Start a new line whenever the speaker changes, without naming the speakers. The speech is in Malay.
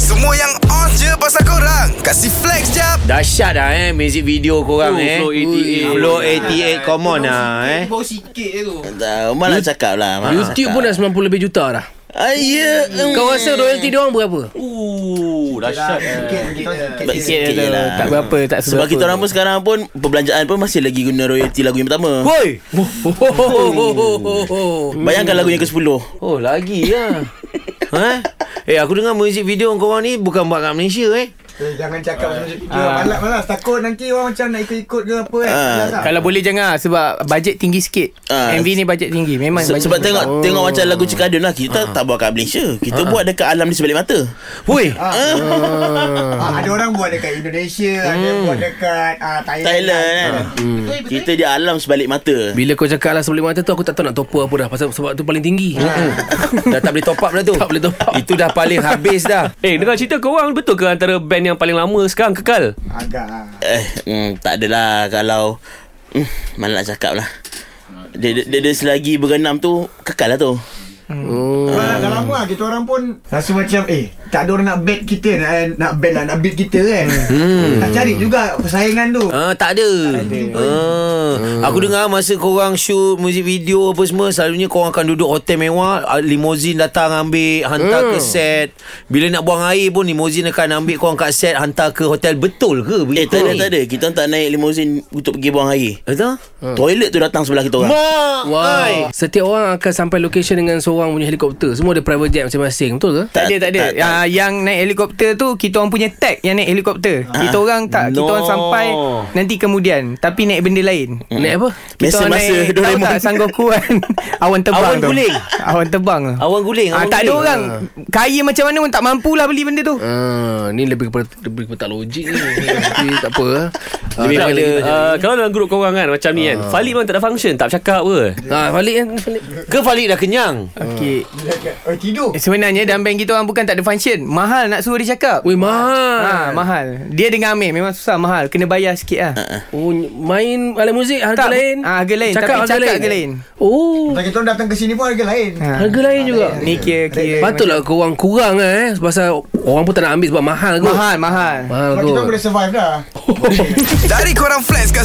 Semua yang on je pasal korang Kasih flex jap
Dahsyat dah eh Music video korang
Oh,
eh
Flow 88.
Flow
Ah,
88 Come on lah eh
Bau sikit je tu
Tak, Mak nak cakap lah Mak nak
YouTube
cakap.
pun dah 90 lebih juta dah
Ah, ya
Kau rasa royalty diorang berapa?
Uh, dahsyat
Sikit Kita
Baik sikit je lah
Ya, Tak berapa Tak seberapa
Sebab kita orang pun sekarang pun Perbelanjaan pun masih lagi guna royalty lagu yang pertama
Woi oh, oh, oh, oh, oh, oh.
Bayangkan lagu yang ke-10
Oh lagi lah Ha? Eh aku dengar music video korang ni Bukan buat kat Malaysia eh
Jangan cakap macam-macam fikir
Ah.
Malas-malas Takut nanti orang macam nak ikut-ikut ke apa kan
Ah.
Malas tak?
Kalau boleh jangan Sebab budget tinggi sikit
Ah.
MV ni budget tinggi Memang
Se-
budget
Sebab
tinggi.
tengok Tengok macam lagu Cikadun lah
Ah.
Kita tak buat kat Malaysia Kita buat dekat alam di sebalik mata
Woi
Ah, Ada
Hmm.
orang buat dekat Indonesia Ada buat dekat ah, Thailand
Thailand
eh.
kan
Hmm.
Kita di alam sebalik mata
Bila kau cakap lah sebelum mata tu Aku tak tahu nak top up apa dah Pasal sebab tu paling tinggi Ah.
Dah Ah. tak boleh top up dah tu
Tak boleh top up.
Itu dah paling habis dah
Eh, dengar cerita korang betul ke antara band yang paling lama sekarang kekal?
Agak lah
Eh mm, Tak adalah Kalau mm, Mana nak cakap lah dia, dia, dia, dia selagi berenam tu Kekal lah tu
Hmm.
Dah dah lama lah Kita orang pun Rasa macam Eh tak ada orang nak bet kita Nak, nak bet lah Nak bet kita kan Nak cari juga Persaingan tu
Hmm. Ah, tak ada. Ah, aku dengar masa korang shoot music video apa semua selalunya korang akan duduk hotel mewah, ah, limousine datang ambil hantar
Hmm.
ke set. Bila nak buang air pun limousine akan ambil korang kat set hantar ke hotel betul ke?
Eh tak ada tak ada Kita orang tak naik limousine Untuk pergi buang air
Betul?
Eh.
Toilet tu datang sebelah kita orang
Wow Setiap orang akan sampai location Dengan seorang punya helikopter Semua ada private jet masing-masing Betul ke?
tak ada tak ada.
tak, tak.
Ah, yang naik helikopter tu kita orang punya tag yang naik helikopter. Kita orang tak kita
Ah. No.
orang sampai
Oh.
nanti kemudian tapi naik benda lain.
Naik apa?
Kita orang
Masa-masa
naik tahu
Doraemon.
tak Sanggoku kan Awan terbang
Awan
tu.
guling.
Awan terbang tu.
Awan guling,
Ah,
awan
tak ada
guling.
orang Kaya macam mana pun tak mampu lah beli benda tu
Ah, ni lebih kepada lebih kepada tak logik ni. Tapi tak apa. ah. Ah,
Lebih
tak
kepada
boleh.
Uh, kalau dalam grup korang kan macam ni kan.
Ah.
Falik memang tak ada function, tak bercakap apa.
Ah, Falik kan Falik.
Ke Falik dah kenyang?
Okay
Eh tidur
Sebenarnya dalam band kita orang bukan tak ada function Mahal nak suruh dia cakap
Weh mahal.
Ha, mahal Dia dengan Amir memang susah mahal Kena bayar sikit lah
Oh, main alat muzik harga
Tak,
lain.
ah, harga lain. Tapi cakap harga lain.
Oh,
Sebab kita orang datang ke sini pun harga lain
Ha.
harga
lah.
lain juga.
Ni kira-kira
Patutlah korang kurang eh Pasal orang pun tak nak ambil sebab mahal kot
Mahal mahal
Mahal
Sebab kita
kot
orang boleh survive dah
Dari korang flex kat